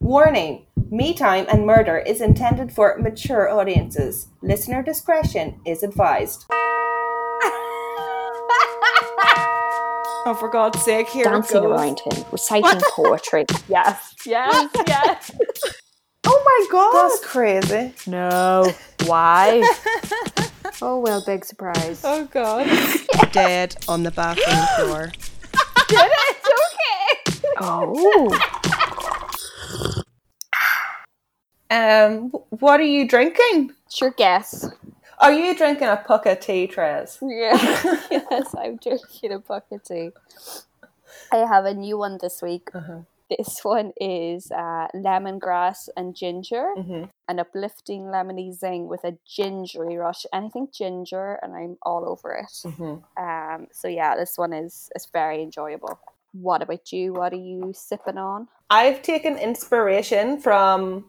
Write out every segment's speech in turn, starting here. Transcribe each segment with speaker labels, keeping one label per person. Speaker 1: Warning: "Me Time" and murder is intended for mature audiences. Listener discretion is advised. Oh, for God's sake, here
Speaker 2: dancing
Speaker 1: it goes.
Speaker 2: around him, reciting poetry. Yes, yes, yes.
Speaker 3: Oh my god!
Speaker 1: That's crazy.
Speaker 2: no. Why?
Speaker 3: oh well, big surprise.
Speaker 1: Oh God.
Speaker 4: dead on the bathroom floor.
Speaker 2: Oh.
Speaker 1: Um, wh- what are you drinking?
Speaker 2: Sure guess.
Speaker 1: Are you drinking a pucca tea, Trez?
Speaker 2: Yeah. yes, I'm drinking a bucket tea. I have a new one this week.
Speaker 1: Uh-huh.
Speaker 2: This one is uh, lemongrass and ginger,
Speaker 1: Mm-hmm.
Speaker 2: an uplifting lemony zing with a gingery rush. Anything ginger, and I'm all over it.
Speaker 1: Mm-hmm.
Speaker 2: Um, so yeah, this one is is very enjoyable. What about you? What are you sipping on?
Speaker 1: I've taken inspiration from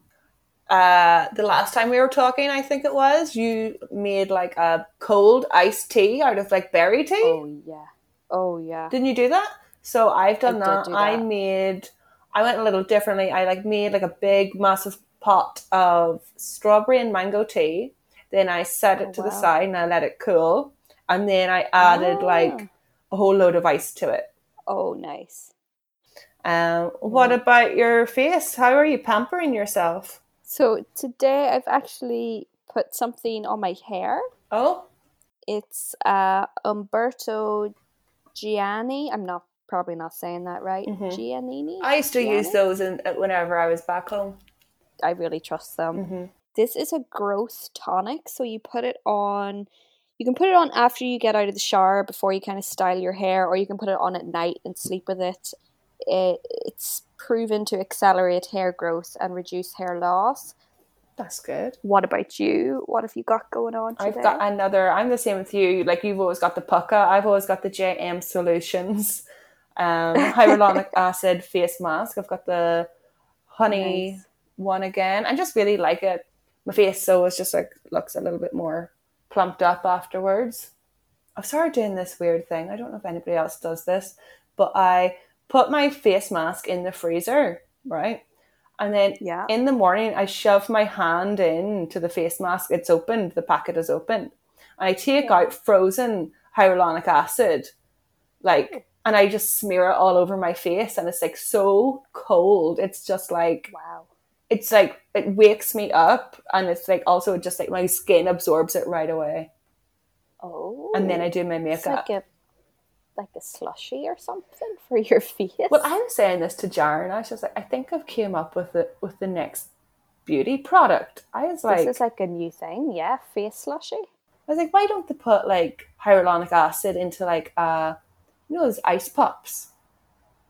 Speaker 1: uh, the last time we were talking. I think it was you made like a cold iced tea out of like berry tea.
Speaker 2: Oh yeah, oh yeah.
Speaker 1: Didn't you do that? So I've done
Speaker 2: I did
Speaker 1: that.
Speaker 2: do
Speaker 1: I
Speaker 2: that.
Speaker 1: made. I went a little differently. I like made like a big massive pot of strawberry and mango tea. Then I set it
Speaker 2: Oh,
Speaker 1: to the
Speaker 2: wow.
Speaker 1: side and I let it cool. And then I added
Speaker 2: Ah.
Speaker 1: like a whole load of ice to it.
Speaker 2: Oh nice.
Speaker 1: Um,
Speaker 2: Mm.
Speaker 1: what about your face? How are you pampering yourself?
Speaker 2: So today I've actually put something on my hair.
Speaker 1: Oh,
Speaker 2: It's uh, Umberto Gianni. I'm not probably not saying that right.
Speaker 1: Mhm.
Speaker 2: Giannini.
Speaker 1: I used to use
Speaker 2: Gianni?
Speaker 1: those in, uh, whenever I was back home.
Speaker 2: I really trust them.
Speaker 1: Mm-hmm.
Speaker 2: This is a growth tonic, so you put it on. You can put it on after you get out of the shower, before you kind of style your hair, or you can put it on at night and sleep with it. it it's proven to accelerate hair growth and reduce hair loss.
Speaker 1: That's good.
Speaker 2: What about you? What have you got going on today?
Speaker 1: I've got another. I'm the same with you. Like you've always got the Pucca. I've always got the JM Solutions um, hyaluronic acid face mask. I've got the honey
Speaker 2: Nice.
Speaker 1: one again. I just really like it. My face so it's just like looks a little bit more plumped up afterwards. I've started doing this weird thing. I don't know if anybody else does this, but I put my face mask in the freezer, right? And then
Speaker 2: yeah.
Speaker 1: in the morning, I shove my hand in to the face mask. It's opened. The packet is open. And I take out frozen hyaluronic acid, like, and I just smear it all over my face. And it's like so cold. It's just like,
Speaker 2: Wow.
Speaker 1: it's like, it wakes me up. And it's like also just like my skin absorbs it right away.
Speaker 2: Oh.
Speaker 1: And then I do my
Speaker 2: It's
Speaker 1: makeup.
Speaker 2: like a like a slushy or something for your face.
Speaker 1: Well, I was saying this to Jaren. I was just like, I think I've came up with the, with the next beauty product. I was like,
Speaker 2: this is like a new thing, yeah. Face slushy.
Speaker 1: I was like, why don't they put like hyaluronic acid into like uh you know those ice pops?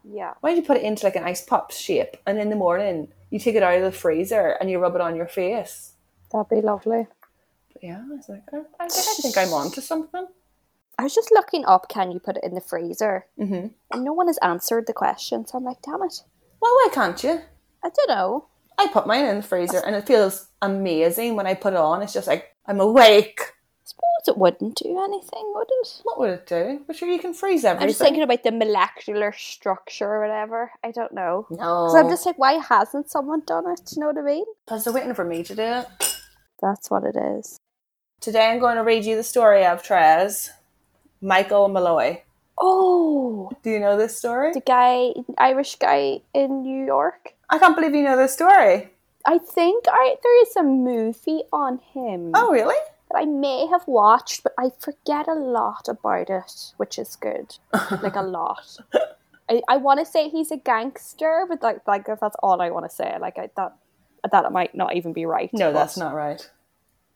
Speaker 2: Yeah.
Speaker 1: Why don't you put it into like an ice pop shape and in the morning you take it out of the freezer and you rub it on your face?
Speaker 2: That'd be lovely.
Speaker 1: But yeah, I was like, I, I, think- I think I'm onto something.
Speaker 2: I was just looking up can you put it in the freezer?
Speaker 1: Mm-hmm.
Speaker 2: And no one has answered the question, so I'm like, damn it.
Speaker 1: Well, why can't you?
Speaker 2: I don't know.
Speaker 1: I put mine in the freezer and it feels amazing when I put it on. It's just like I'm awake.
Speaker 2: suppose it wouldn't do anything, would it?
Speaker 1: What would it do? But sure, you can freeze
Speaker 2: I'm
Speaker 1: everything.
Speaker 2: just thinking about the molecular structure or whatever. I don't know.
Speaker 1: no,
Speaker 2: 'Cause I'm just like, why hasn't someone done it? Do you know what I mean?
Speaker 1: because they're waiting for me to do it.
Speaker 2: That's what it is.
Speaker 1: Today, I'm going to read you the story of Trez, Michael Malloy.
Speaker 2: Oh,
Speaker 1: Do you know this story?
Speaker 2: the guy, Irish guy in New York.
Speaker 1: I can't believe you know this story.
Speaker 2: I think I, there is a movie on him
Speaker 1: Oh, really?
Speaker 2: that I may have watched, but I forget a lot about it, which is good. Like a lot. I, I want to say he's a gangster, but like like if that's all I want to say. Like I, that that might not even be right.
Speaker 1: No,
Speaker 2: but-
Speaker 1: that's not right.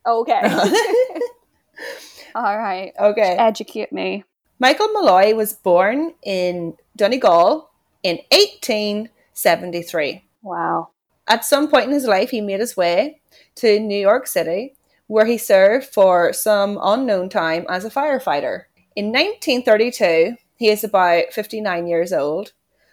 Speaker 2: okay. all right,
Speaker 1: Okay.
Speaker 2: educate me.
Speaker 1: Michael Malloy was born in Donegal in 1873.
Speaker 2: Wow.
Speaker 1: At some point in his life, he made his way to New York City, where he served for some unknown time as a firefighter. In 1932, he is about 59 years old,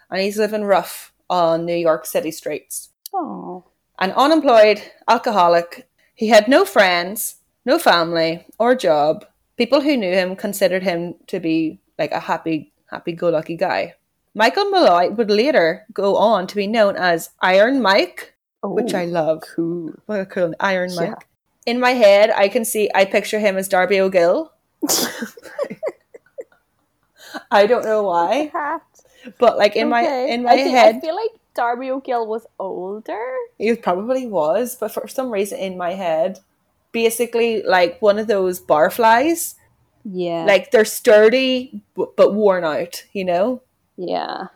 Speaker 1: and he's living rough on New York City streets.
Speaker 2: Oh,
Speaker 1: An unemployed alcoholic, he had no friends, no family or job. People who knew him considered him to be like a happy, happy go lucky guy. Michael Malloy would later go on to be known as Iron Mike, which I love.
Speaker 2: cool.
Speaker 1: What a cool Iron Mike.
Speaker 2: Yeah.
Speaker 1: In my head, I can see, I picture him as Darby O'Gill. I don't know why, but like in my in my
Speaker 2: I think-
Speaker 1: head,
Speaker 2: I feel like Darby O'Gill was older.
Speaker 1: It probably was, but for some reason in my head, basically like one of those barflies.
Speaker 2: Yeah.
Speaker 1: Like they're sturdy b- but worn out, you know?
Speaker 2: yeah.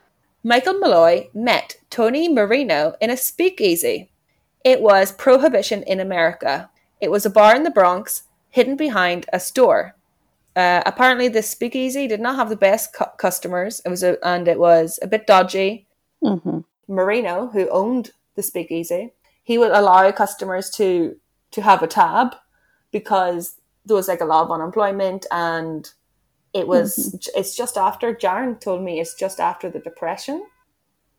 Speaker 1: Michael Malloy met Tony Marino in a speakeasy. It was Prohibition in America. It was a bar in the Bronx hidden behind a store. Uh, apparently, this speakeasy did not have the best cu- customers. It was a, and it was a bit dodgy.
Speaker 2: Mm-hmm.
Speaker 1: Marino, who owned the speakeasy, he would allow customers to to have a tab because there was like a lot of unemployment and it was it's just after Jaren told me it's just after the depression.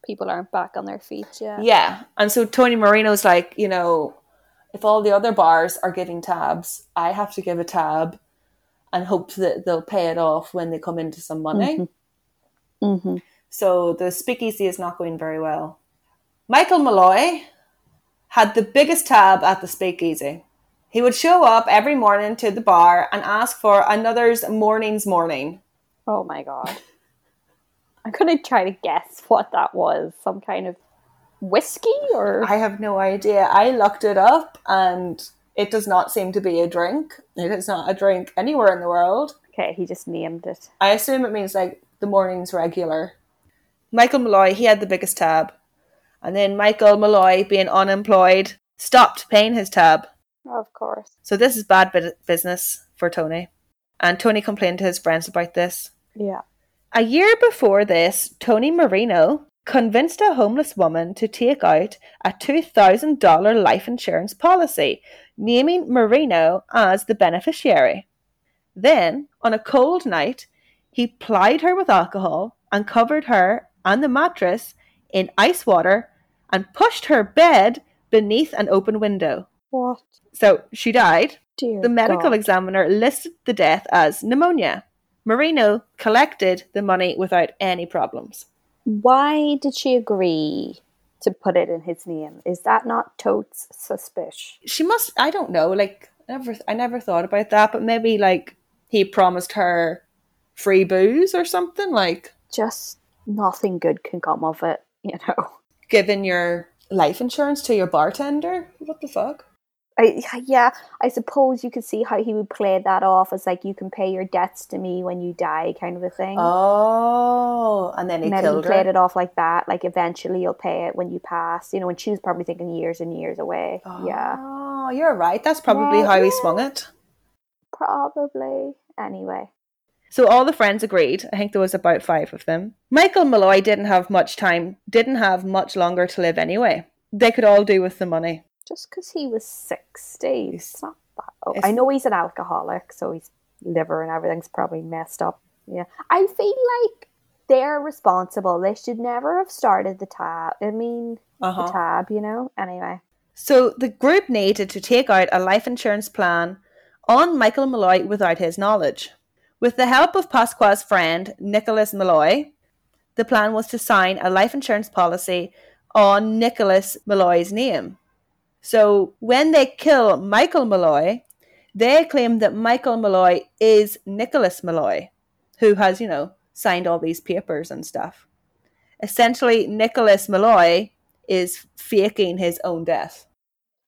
Speaker 2: People aren't back on their feet yet.
Speaker 1: Yeah. And so Tony Marino's like, you know, if all the other bars are giving tabs, I have to give a tab and hope that they'll pay it off when they come into some money.
Speaker 2: Mm-hmm.
Speaker 1: So the speakeasy is not going very well. Michael Malloy had the biggest tab at the speakeasy. He would show up every morning to the bar and ask for another's morning's morning.
Speaker 2: Oh my god. I'm gonna try to guess what that was. Some kind of whiskey or
Speaker 1: I have no idea. I looked it up and it does not seem to be a drink. It is not a drink anywhere in the world.
Speaker 2: Okay, he just named it.
Speaker 1: I assume it means like the morning's regular. Michael Malloy, he had the biggest tab. And then Michael Malloy, being unemployed, stopped paying his tab.
Speaker 2: Of course.
Speaker 1: So this is bad bu- business for Tony. And Tony complained to his friends about this.
Speaker 2: Yeah.
Speaker 1: A year before this, Tony Marino convinced a homeless woman to take out a $2,000 life insurance policy, naming Marino as the beneficiary. Then, on a cold night, he plied her with alcohol and covered her and the mattress in ice water and pushed her bed beneath an open window.
Speaker 2: What?
Speaker 1: So she died.
Speaker 2: Dear
Speaker 1: The medical
Speaker 2: God.
Speaker 1: examiner listed the death as pneumonia. Marino collected the money without any problems.
Speaker 2: Why did she agree to put it in his name? Is that not totes suspicious?
Speaker 1: She must I don't know, like I never I never thought about that, but maybe like he promised her free booze or something, like
Speaker 2: Just nothing good can come of it, you know.
Speaker 1: giving your life insurance to your bartender. What the fuck?
Speaker 2: I, yeah, I suppose you could see how he would play that off as like you can pay your debts to me when you die, kind of a thing.
Speaker 1: Oh and then he
Speaker 2: and then he
Speaker 1: killed
Speaker 2: played
Speaker 1: her.
Speaker 2: it off like that, like eventually you'll pay it when you pass, you know. And she was probably thinking years and years away. Yeah,
Speaker 1: Oh, you're right. That's probably
Speaker 2: Yeah,
Speaker 1: how he
Speaker 2: yeah.
Speaker 1: swung it.
Speaker 2: probably. Anyway,
Speaker 1: So all the friends agreed. I think there was about five of them. Michael Malloy didn't have much time, didn't have much longer to live anyway. They could all do with the money.
Speaker 2: just because he was sixty, it's not that. Oh, I
Speaker 1: It's-
Speaker 2: know he's an alcoholic, so his liver and everything's probably messed up. Yeah, I feel like they're responsible. They should never have started the tab. I mean,
Speaker 1: Uh-huh.
Speaker 2: the tab, you know. Anyway.
Speaker 1: So the group needed to take out a life insurance plan on Michael Malloy without his knowledge. With the help of Pasqua's friend, Nicholas Malloy, the plan was to sign a life insurance policy on Nicholas Malloy's name. So when they kill Michael Malloy, they claim that Michael Malloy is Nicholas Malloy, who has, you know, signed all these papers and stuff. Essentially, Nicholas Malloy is faking his own death.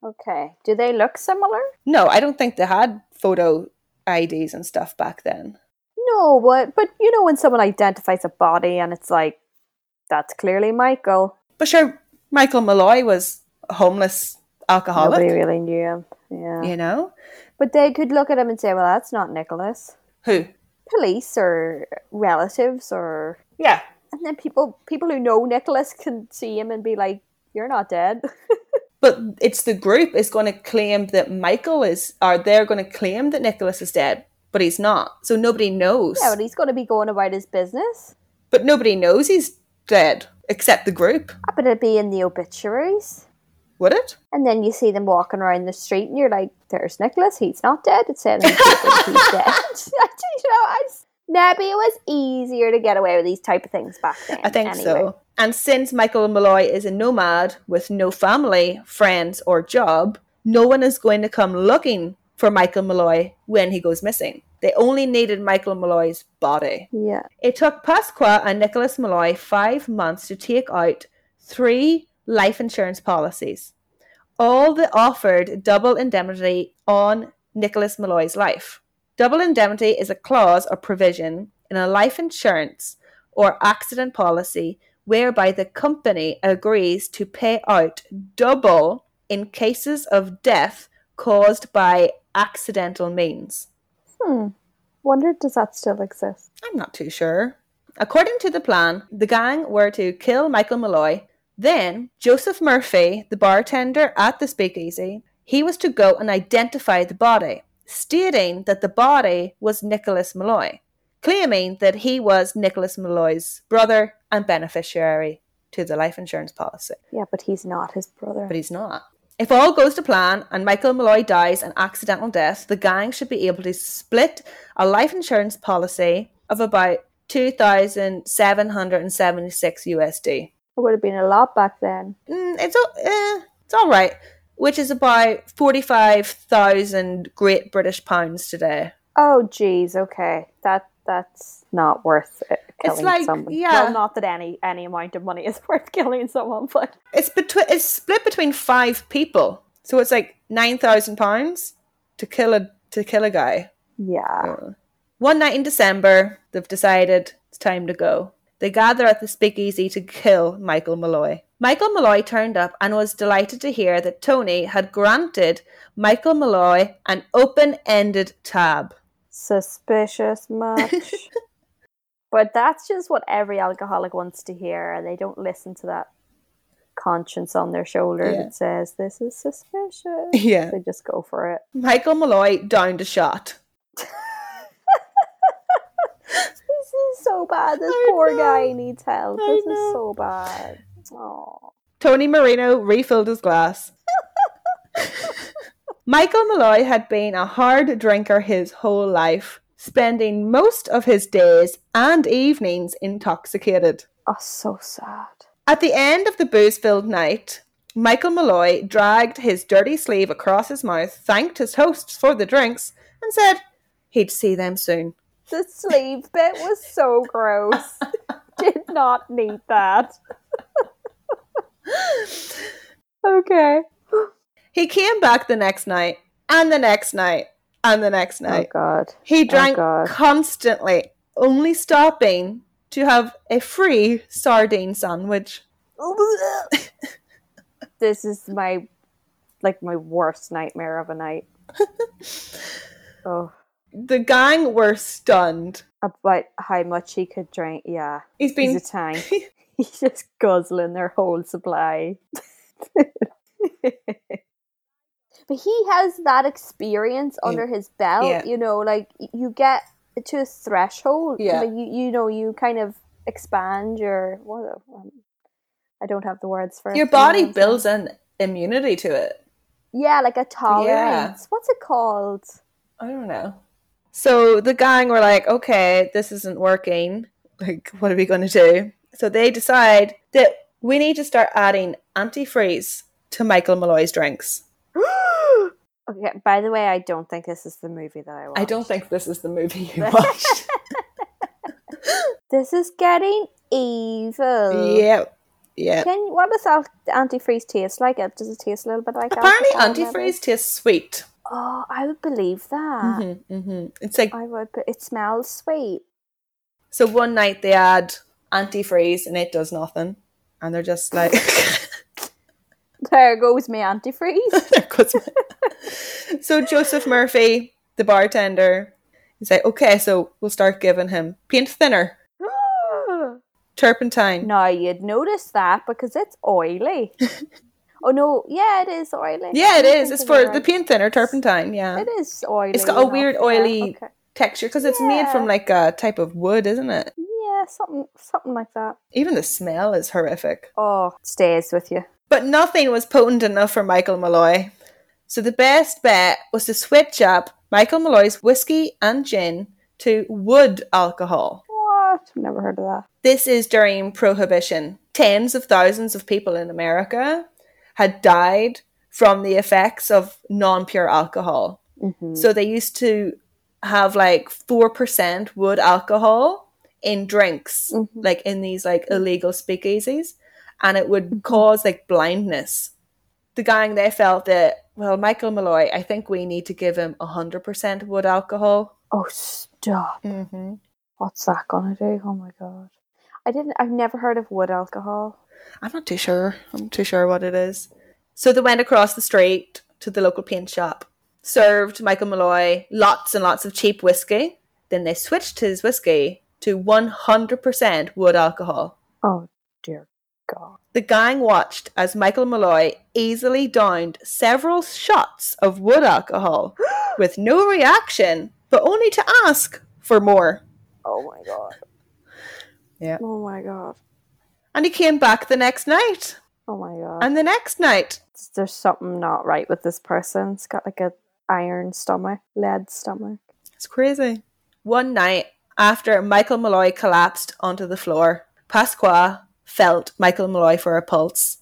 Speaker 2: Okay. Do they look similar?
Speaker 1: No, I don't think they had photo IDs and stuff back then.
Speaker 2: No, but but you know when someone identifies a body and it's like that's clearly Michael.
Speaker 1: But sure, Michael Malloy was a homeless alcoholic,
Speaker 2: Nobody really knew him. Yeah.
Speaker 1: you know?
Speaker 2: But they could look at him and say, Well that's not Nicholas.
Speaker 1: Who?
Speaker 2: Police or relatives or
Speaker 1: Yeah.
Speaker 2: and then people people who know Nicholas can see him and be like, You're not dead.
Speaker 1: But it's the group is going to claim that Michael is, or they're going to claim that Nicholas is dead, but he's not. So nobody knows.
Speaker 2: yeah, but he's gonna be going about his business.
Speaker 1: but nobody knows he's dead except the group,
Speaker 2: I bet it'd be in the obituaries.
Speaker 1: would it?
Speaker 2: And then you see them walking around the street, and you're like, "There's Nicholas. He's not dead. It said in the papers he's dead." I just, you know, I s- Maybe it was easier to get away with these type of things back then.
Speaker 1: I think
Speaker 2: anyway.
Speaker 1: so. And since Michael Malloy is a nomad with no family, friends, or job, no one is going to come looking for Michael Malloy when he goes missing. They only needed Michael Malloy's body.
Speaker 2: Yeah.
Speaker 1: It took Pasqua and Nicholas Malloy five months to take out three life insurance policies. All that offered double indemnity on Nicholas Malloy's life. Double indemnity is a clause or provision in a life insurance or accident policy whereby the company agrees to pay out double in cases of death caused by accidental means.
Speaker 2: Hmm. Wonder does that still exist?
Speaker 1: I'm not too sure. According to the plan, the gang were to kill Michael Malloy. Then Joseph Murphy, the bartender at the speakeasy, he was to go and identify the body, stating that the body was Nicholas Malloy, claiming that he was Nicholas Malloy's brother and beneficiary to the life insurance policy.
Speaker 2: Yeah, but he's not his brother.
Speaker 1: But he's not. If all goes to plan and Michael Malloy dies an accidental death, the gang should be able to split a life insurance policy of about 2,776 USD.
Speaker 2: it would have been a lot back then.
Speaker 1: Mm, it's, o- eh, it's all right, which is about 45,000 Great British pounds today.
Speaker 2: Oh, geez. Okay, that that's not worth it. Killing
Speaker 1: like,
Speaker 2: someone.
Speaker 1: yeah.
Speaker 2: Well, not that any any amount of money is worth killing someone, but
Speaker 1: It's, between, it's split between five people. So it's like 9,000 pounds to kill a to kill a guy.
Speaker 2: yeah.
Speaker 1: Uh, One night in December, they've decided it's time to go. They gather at the speakeasy to kill Michael Malloy. Michael Malloy turned up and was delighted to hear that Tony had granted Michael Malloy an open ended tab.
Speaker 2: Suspicious much. but that's just what every alcoholic wants to hear, and they don't listen to that conscience on their shoulder
Speaker 1: Yeah.
Speaker 2: that says this is suspicious.
Speaker 1: Yeah.
Speaker 2: They just go for it.
Speaker 1: Michael Malloy downed a shot.
Speaker 2: This is so bad. This
Speaker 1: I
Speaker 2: poor
Speaker 1: know.
Speaker 2: guy needs help.
Speaker 1: I
Speaker 2: this
Speaker 1: know.
Speaker 2: is so bad. Oh,
Speaker 1: Tony Marino refilled his glass. Michael Malloy had been a hard drinker his whole life, spending most of his days and evenings intoxicated.
Speaker 2: oh, so sad.
Speaker 1: At the end of the booze filled night, Michael Malloy dragged his dirty sleeve across his mouth, thanked his hosts for the drinks, and said he'd see them soon.
Speaker 2: The sleeve bit was so gross. Did not need that. okay.
Speaker 1: He came back the next night, and the next night, and the next night.
Speaker 2: Oh, God.
Speaker 1: He drank
Speaker 2: God.
Speaker 1: constantly, only stopping to have a free sardine sandwich.
Speaker 2: this is my like my worst nightmare of a night. oh,
Speaker 1: The gang were stunned.
Speaker 2: about how much he could drink. Yeah,
Speaker 1: He's been
Speaker 2: he's a tank. he's just guzzling their whole supply. but he has that experience
Speaker 1: Yeah.
Speaker 2: under his belt,
Speaker 1: Yeah.
Speaker 2: you know, like y- you get to a threshold.
Speaker 1: Yeah.
Speaker 2: Like you, you know, you kind of expand your what um, I don't have the words for it. um,
Speaker 1: your
Speaker 2: for now,
Speaker 1: body
Speaker 2: so-
Speaker 1: builds an immunity to it.
Speaker 2: Yeah, like a tolerance. What's it called?
Speaker 1: I don't know. So the gang were like, okay, this isn't working. Like, what are we going to do? So they decide that we need to start adding antifreeze to Michael Malloy's drinks.
Speaker 2: Okay, by the way, I don't think this is the movie that I watched.
Speaker 1: I don't think this is the movie you watched.
Speaker 2: This is getting evil.
Speaker 1: yep. Yep.
Speaker 2: Can what does al- antifreeze taste like? It- Does it taste a little bit like
Speaker 1: Apparently,
Speaker 2: alcohol, maybe?
Speaker 1: antifreeze tastes sweet.
Speaker 2: Oh, I would believe that.
Speaker 1: Mm-hmm, mm-hmm. It's like
Speaker 2: I would, but it smells sweet.
Speaker 1: so. One night they add antifreeze and it does nothing, and they're just like,
Speaker 2: There goes my antifreeze.
Speaker 1: There goes my- so Joseph Murphy, the bartender, he's like, okay, so we'll start giving him paint thinner, turpentine.
Speaker 2: now you'd notice that because it's oily. oh no, yeah, it is oily.
Speaker 1: Yeah, it
Speaker 2: I'm
Speaker 1: is. It's
Speaker 2: thinking
Speaker 1: for
Speaker 2: you're
Speaker 1: the
Speaker 2: right.
Speaker 1: paint thinner, turpentine. Yeah,
Speaker 2: It is oily.
Speaker 1: It's got a
Speaker 2: enough,
Speaker 1: weird
Speaker 2: yeah,
Speaker 1: oily-
Speaker 2: okay.
Speaker 1: texture because it's made from
Speaker 2: Yeah.
Speaker 1: like a type of wood, isn't it?
Speaker 2: Yeah, something, something like that.
Speaker 1: Even the smell is horrific.
Speaker 2: Oh, stays with you.
Speaker 1: But nothing was potent enough for Michael Malloy. So the best bet was to switch up Michael Malloy's whiskey and gin to wood alcohol.
Speaker 2: What? Never heard of that.
Speaker 1: This is during Prohibition. Tens of thousands of people in America had died from the effects of non pure alcohol. So they used to have like 4% wood alcohol in drinks, like in these like illegal speakeasies, and it would cause like blindness. The gang, they felt that, well, Michael Malloy, I think we need to give him 100% wood alcohol.
Speaker 2: Oh, stop.
Speaker 1: Mm-hmm.
Speaker 2: What's that gonna do? Oh my god. I didn't. I've never heard of wood alcohol.
Speaker 1: I'm not too sure. I'm not too sure what it is. So they went across the street to the local paint shop, served Michael Malloy lots and lots of cheap whiskey. Then they switched his whiskey to 100% wood alcohol.
Speaker 2: Oh dear god.
Speaker 1: The gang watched as Michael Malloy easily downed several shots of wood alcohol with no reaction, but only to ask for more.
Speaker 2: Oh my god.
Speaker 1: Yeah.
Speaker 2: Oh my god.
Speaker 1: And he came back the next night,
Speaker 2: Oh my god.
Speaker 1: and the next night,
Speaker 2: There's something not right with this person. It's got like a iron stomach, lead stomach.
Speaker 1: It's crazy. One night, after Michael Malloy collapsed onto the floor, Pasqua felt Michael Malloy for a pulse,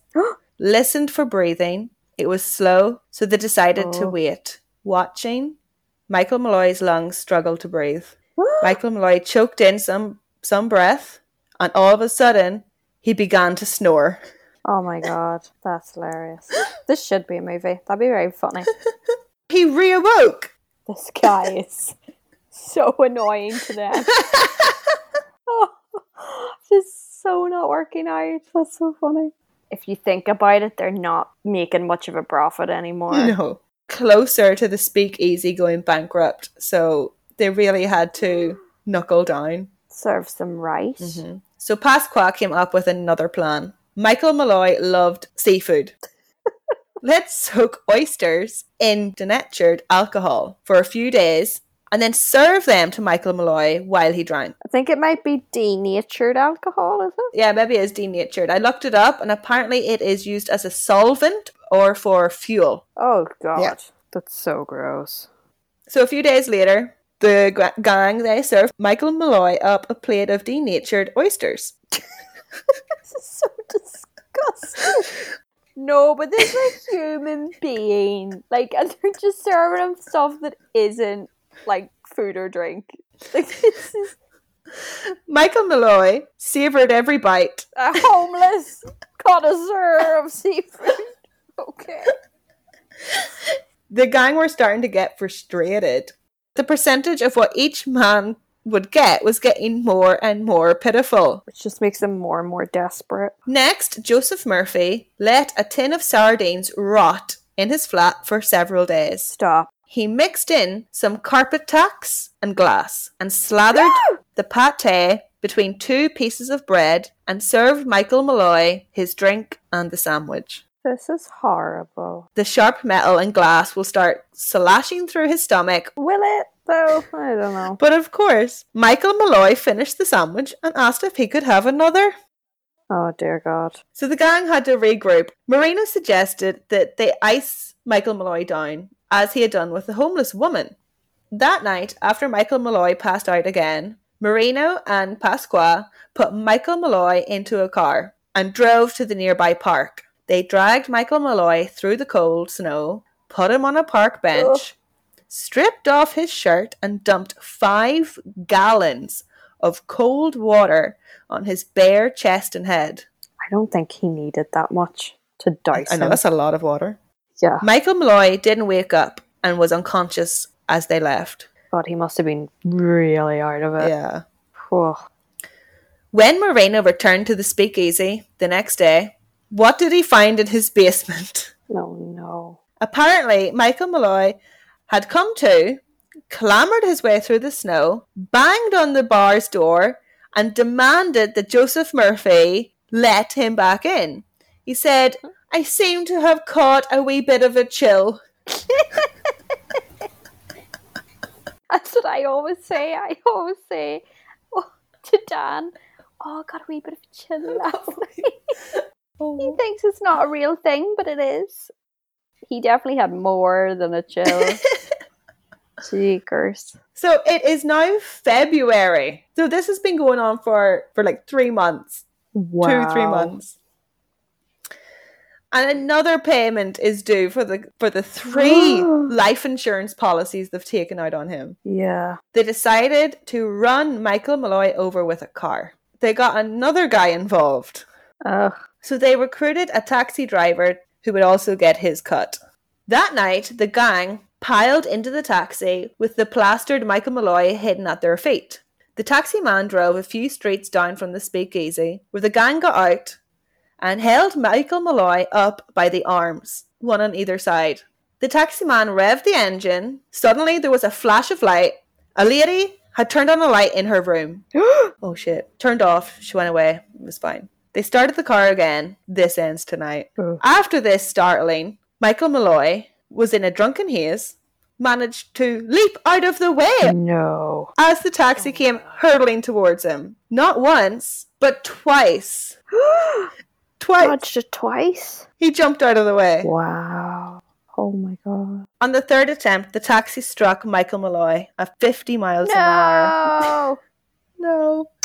Speaker 1: listened for breathing. It was slow, so they decided to
Speaker 2: Oh.
Speaker 1: wait. Watching, Michael Malloy's lungs struggled to breathe. Michael Malloy choked in some, some breath, and all of a sudden, he began to snore.
Speaker 2: Oh my god, that's hilarious. This should be a movie. That'd be very funny.
Speaker 1: He reawoke.
Speaker 2: This guy is so annoying to them. oh, just so not working out. That's so funny. If you think about it, they're not making much of a profit anymore.
Speaker 1: No. Closer to the speakeasy going bankrupt. So they really had to knuckle down.
Speaker 2: Serves them right.
Speaker 1: So Pasqua came up with another plan. Michael Malloy loved seafood. Let's soak oysters in denatured alcohol for a few days and then serve them to Michael Malloy while he drank.
Speaker 2: I think it might be denatured alcohol, is it?
Speaker 1: Yeah, maybe it's denatured. I looked it up and apparently it is used as a solvent or for fuel.
Speaker 2: Oh god.
Speaker 1: Yeah.
Speaker 2: That's so gross.
Speaker 1: So a few days later, the gra- gang they served Michael Malloy up a plate of denatured oysters.
Speaker 2: This is so disgusting. No, but this is a human being. Like, and they're just serving him stuff that isn't like food or drink. Like, this is
Speaker 1: Michael Malloy savoured every bite.
Speaker 2: a homeless connoisseur of seafood. Okay.
Speaker 1: The gang were starting to get frustrated. The percentage of what each man would get was getting more and more pitiful.
Speaker 2: Which just makes them more and more desperate.
Speaker 1: Next, Joseph Murphy let a tin of sardines rot in his flat for several days.
Speaker 2: Stop.
Speaker 1: He mixed in some carpet tacks and glass and slathered the pate between two pieces of bread and served Michael Malloy his drink and the sandwich.
Speaker 2: This is horrible.
Speaker 1: The sharp metal and glass will start slashing through his stomach.
Speaker 2: Will it though? I don't know.
Speaker 1: But of course, Michael Malloy finished the sandwich and asked if he could have another.
Speaker 2: Oh dear God.
Speaker 1: So the gang had to regroup. Marino suggested that they ice Michael Malloy down, as he had done with the homeless woman. That night, after Michael Malloy passed out again, Marino and Pasqua put Michael Malloy into a car and drove to the nearby park. They dragged Michael Malloy through the cold snow, put him on a park bench, stripped off his shirt, and dumped five gallons of cold water on his bare chest and head.
Speaker 2: I don't think he needed that much to dice
Speaker 1: I know
Speaker 2: him.
Speaker 1: that's a lot of water.
Speaker 2: Yeah.
Speaker 1: Michael Malloy didn't wake up and was unconscious as they left.
Speaker 2: God, he must have been really out of it.
Speaker 1: yeah.
Speaker 2: Oh,
Speaker 1: When Moreno returned to the speakeasy the next day, what did he find in his basement?
Speaker 2: no, Oh, no.
Speaker 1: Apparently, Michael Malloy had come to, clambered his way through the snow, banged on the bar's door, and demanded that Joseph Murphy let him back in. He said, I seem to have caught a wee bit of a chill.
Speaker 2: That's what I always say. I always say oh, to Dan, oh, I got a wee bit of a chill last night. he thinks it's not a real thing, but it is. He definitely had more than a chill. Jeekers.
Speaker 1: So it is now February. So this has been going on for for like three months, two three months. And another payment is due for the for the three life insurance policies they've taken out on him.
Speaker 2: Yeah.
Speaker 1: They decided to run Michael Malloy over with a car. They got another guy involved.
Speaker 2: Ugh.
Speaker 1: So they recruited a taxi driver who would also get his cut. That night, the gang piled into the taxi with the plastered Michael Malloy hidden at their feet. The taxi man drove a few streets down from the speakeasy, where the gang got out and held Michael Malloy up by the arms, one on either side. The taxi man revved the engine. Suddenly, there was a flash of light. A lady had turned on a light in her room. oh shit. Turned off. She went away. It was fine. They started the car again. This ends tonight.
Speaker 2: Oh.
Speaker 1: After this startling, Michael Malloy was in a drunken haze, managed to leap out of the way
Speaker 2: No.
Speaker 1: as the taxi came hurtling towards him. Not once, but twice. twice.
Speaker 2: Dodged it twice.
Speaker 1: He jumped out of the way.
Speaker 2: Wow. Oh my god.
Speaker 1: On the third attempt, the taxi struck Michael Malloy at 50 miles an hour. No.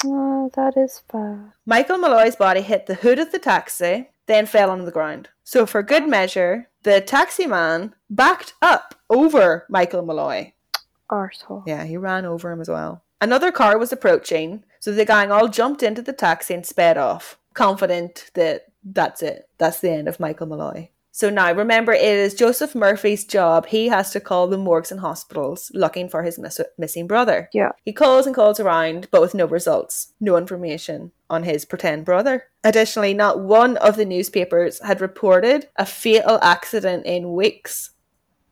Speaker 2: Oh, that is bad.
Speaker 1: Michael Malloy's body hit the hood of the taxi, then fell on the ground. So, for good measure, the taxi man backed up over Michael Malloy.
Speaker 2: Arsehole.
Speaker 1: Yeah, he ran over him as well. Another car was approaching, so the gang all jumped into the taxi and sped off, confident that that's it. That's the end of Michael Malloy. So now, remember, it is Joseph Murphy's job. He has to call the morgues and hospitals looking for his miss- missing brother.
Speaker 2: Yeah.
Speaker 1: He calls and calls around, but with no results, no information on his pretend brother. Additionally, not one of the newspapers had reported a fatal accident in weeks.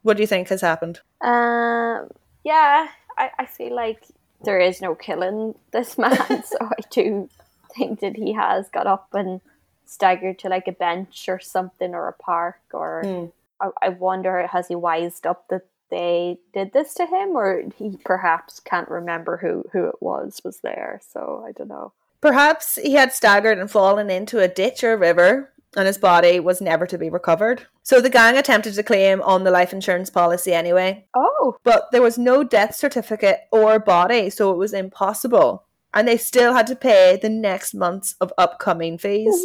Speaker 1: What do you think has happened?
Speaker 2: Um. Yeah, I, I feel like there is no killing this man, so I do think that he has got up and staggered to like a bench or something or a park or
Speaker 1: Hmm.
Speaker 2: I, I wonder has he wised up that they did this to him or he perhaps can't remember who who it was was there so I don't know
Speaker 1: Perhaps he had staggered and fallen into a ditch or river, and his body was never to be recovered. So the gang attempted to claim on the life insurance policy anyway,
Speaker 2: oh
Speaker 1: but there was no death certificate or body, so it was impossible. And they still had to pay the next months of upcoming fees.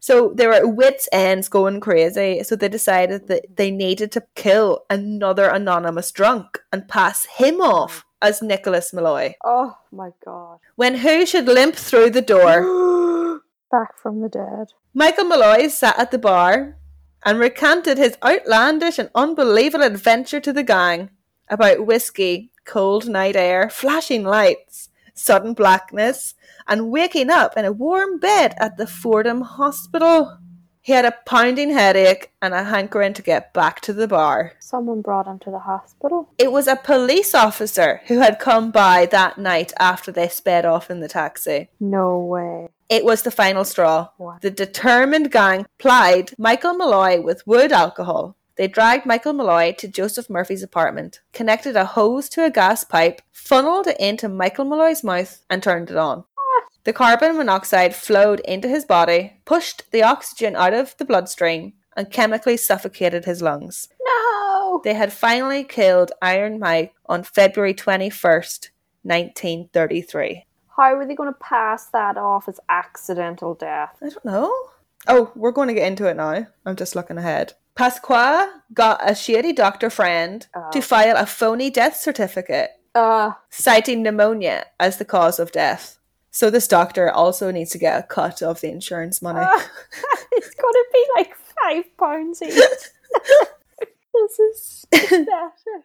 Speaker 1: So they were at wits' ends going crazy. So they decided that they needed to kill another anonymous drunk and pass him off as Nicholas Malloy.
Speaker 2: oh my god
Speaker 1: When who should limp through the door?
Speaker 2: back from the dead
Speaker 1: Michael Malloy sat at the bar and recanted his outlandish and unbelievable adventure to the gang about whiskey, cold night air, flashing lights, sudden blackness, and waking up in a warm bed at the Fordham Hospital. He had a pounding headache and a hankering to get back to the bar.
Speaker 2: someone brought him to the hospital
Speaker 1: It was a police officer who had come by that night after they sped off in the taxi.
Speaker 2: no way
Speaker 1: It was the final straw.
Speaker 2: Wow.
Speaker 1: The determined gang plied Michael Malloy with wood alcohol. They dragged Michael Malloy to Joseph Murphy's apartment, connected a hose to a gas pipe, funneled it into Michael Malloy's mouth, and turned it on. The carbon monoxide flowed into his body, pushed the oxygen out of the bloodstream, and chemically suffocated his lungs.
Speaker 2: no
Speaker 1: They had finally killed Iron Mike on February 21st, 1933.
Speaker 2: how are they going to pass that off as accidental death
Speaker 1: I don't know. Oh, we're going to get into it now. I'm just looking ahead. Pasqua got a shady doctor friend to file a phony death certificate,
Speaker 2: uh
Speaker 1: citing pneumonia as the cause of death. So this doctor also needs to get a cut of the insurance money.
Speaker 2: Ah. it's going to be like five pounds each this is pathetic.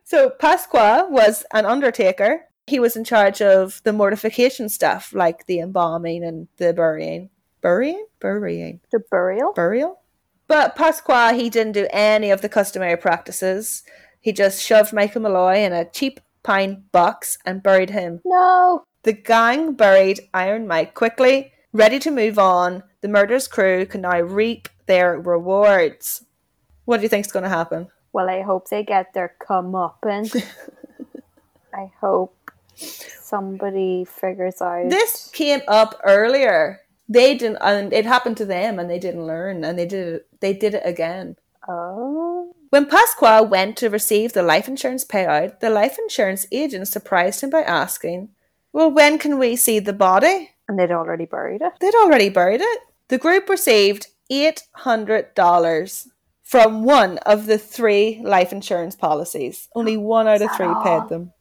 Speaker 1: So Pasqua was an undertaker. He was in charge of the mortification stuff, like the embalming and the burying. Burying? Burying.
Speaker 2: the burial
Speaker 1: burial. But Pasqua, he didn't do any of the customary practices. He just shoved Michael Malloy in a cheap pine box and buried him.
Speaker 2: no
Speaker 1: The gang buried Iron Mike quickly, ready to move on. The murder's crew can now reap their rewards. What do you think's going to happen?
Speaker 2: Well, I hope they get their comeuppance. I hope somebody figures out.
Speaker 1: This came up earlier. They didn't, and it happened to them, and they didn't learn, and they did it. They did it again.
Speaker 2: Oh.
Speaker 1: When Pasquale went to receive the life insurance payout, the life insurance agent surprised him by asking, Well, when can we see the body?
Speaker 2: And they'd already buried it.
Speaker 1: They'd already buried it. The group received $800 from one of the three life insurance policies. Only one out of three paid them.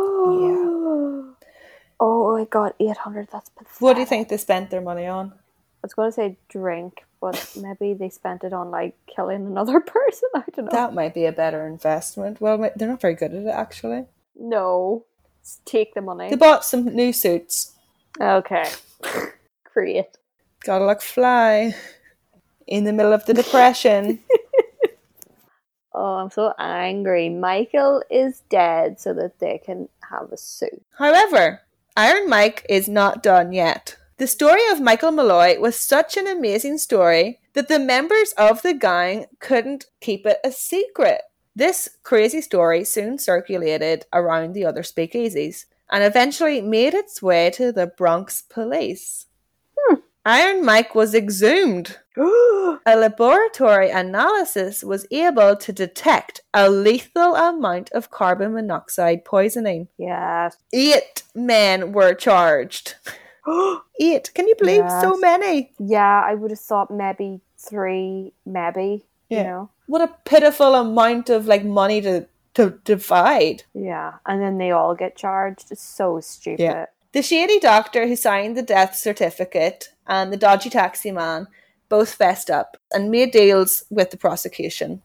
Speaker 2: Oh. Oh, I got 800. That's pathetic.
Speaker 1: What do you think they spent their money on?
Speaker 2: I was going to say drink, but maybe they spent it on like killing another person. I don't know.
Speaker 1: That might be a better investment. Well, ma- they're not very good at it, actually.
Speaker 2: no. Just take the money.
Speaker 1: They bought some new suits.
Speaker 2: okay. Create.
Speaker 1: Gotta look fly. In the middle of the depression.
Speaker 2: Oh, I'm so angry. Michael is dead so that they can have a suit.
Speaker 1: However, Iron Mike is not done yet. The story of Michael Malloy was such an amazing story that the members of the gang couldn't keep it a secret. This crazy story soon circulated around the other speakeasies and eventually made its way to the Bronx police. Iron Mike was exhumed. a laboratory analysis was able to detect a lethal amount of carbon monoxide poisoning
Speaker 2: Yes.
Speaker 1: eight men were charged. eight. Can you believe so
Speaker 2: Yes.
Speaker 1: many?
Speaker 2: Yeah, I would have thought maybe three, maybe.
Speaker 1: Yeah.
Speaker 2: You know?
Speaker 1: What a pitiful amount of like money to to divide.
Speaker 2: Yeah. And then they all get charged. It's so stupid.
Speaker 1: Yeah. The shady doctor who signed the death certificate and the dodgy taxi man both fessed up and made deals with the prosecution.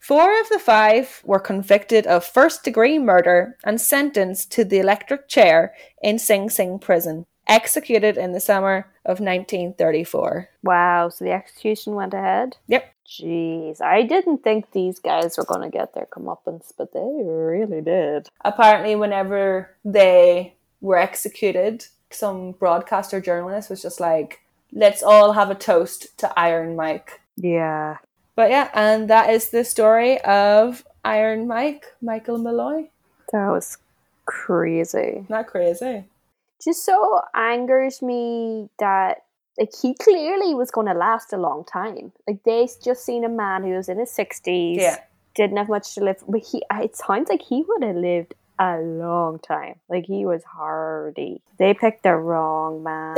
Speaker 1: Four of the five were convicted of first degree murder and sentenced to the electric chair in Sing Sing prison, executed in the summer of 1934.
Speaker 2: Wow. So the execution went ahead.
Speaker 1: Yep,
Speaker 2: Jeez. I didn't think these guys were going to get their comeuppance, but they really did.
Speaker 1: apparently whenever they were executed some broadcaster journalist was just like let's all have a toast to iron mike
Speaker 2: Yeah.
Speaker 1: but yeah and that is the story of iron mike michael malloy
Speaker 2: That was crazy.
Speaker 1: not crazy
Speaker 2: just so angers me that like he clearly was going to last a long time. Like they just seen a man who was in his sixties,
Speaker 1: yeah
Speaker 2: didn't have much to live. But he, it sounds like he would have lived a long time. Like he was hardy. They picked the wrong man.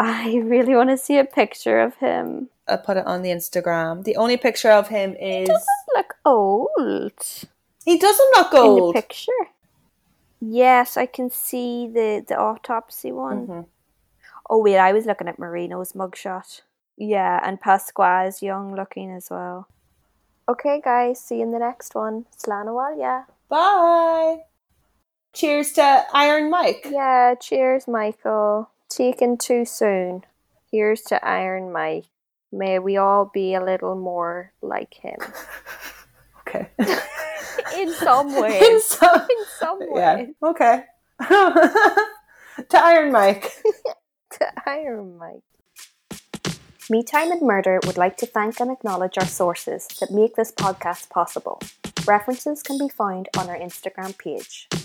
Speaker 2: I really want to see a picture of him.
Speaker 1: i put it on the instagram the only picture of him is
Speaker 2: Look old
Speaker 1: he doesn't look
Speaker 2: in the
Speaker 1: old
Speaker 2: picture. Yes, I can see the the autopsy one.
Speaker 1: Mhm.
Speaker 2: Oh wait, I was looking at Marino's mugshot. Yeah, and Pasqua is young looking as well. Okay, guys, see you in the next one. Slanawal, yeah.
Speaker 1: bye cheers to iron mike
Speaker 2: Yeah, cheers, Michael. Taken too soon. Here's to Iron Mike. May we all be a little more like him.
Speaker 1: okay
Speaker 2: In some way.
Speaker 1: In some-
Speaker 2: In some way.
Speaker 1: Yeah. Okay. to Iron Mike.
Speaker 2: to Iron Mike. Me Time and Murder would like to thank and acknowledge our sources that make this podcast possible. References can be found on our Instagram page.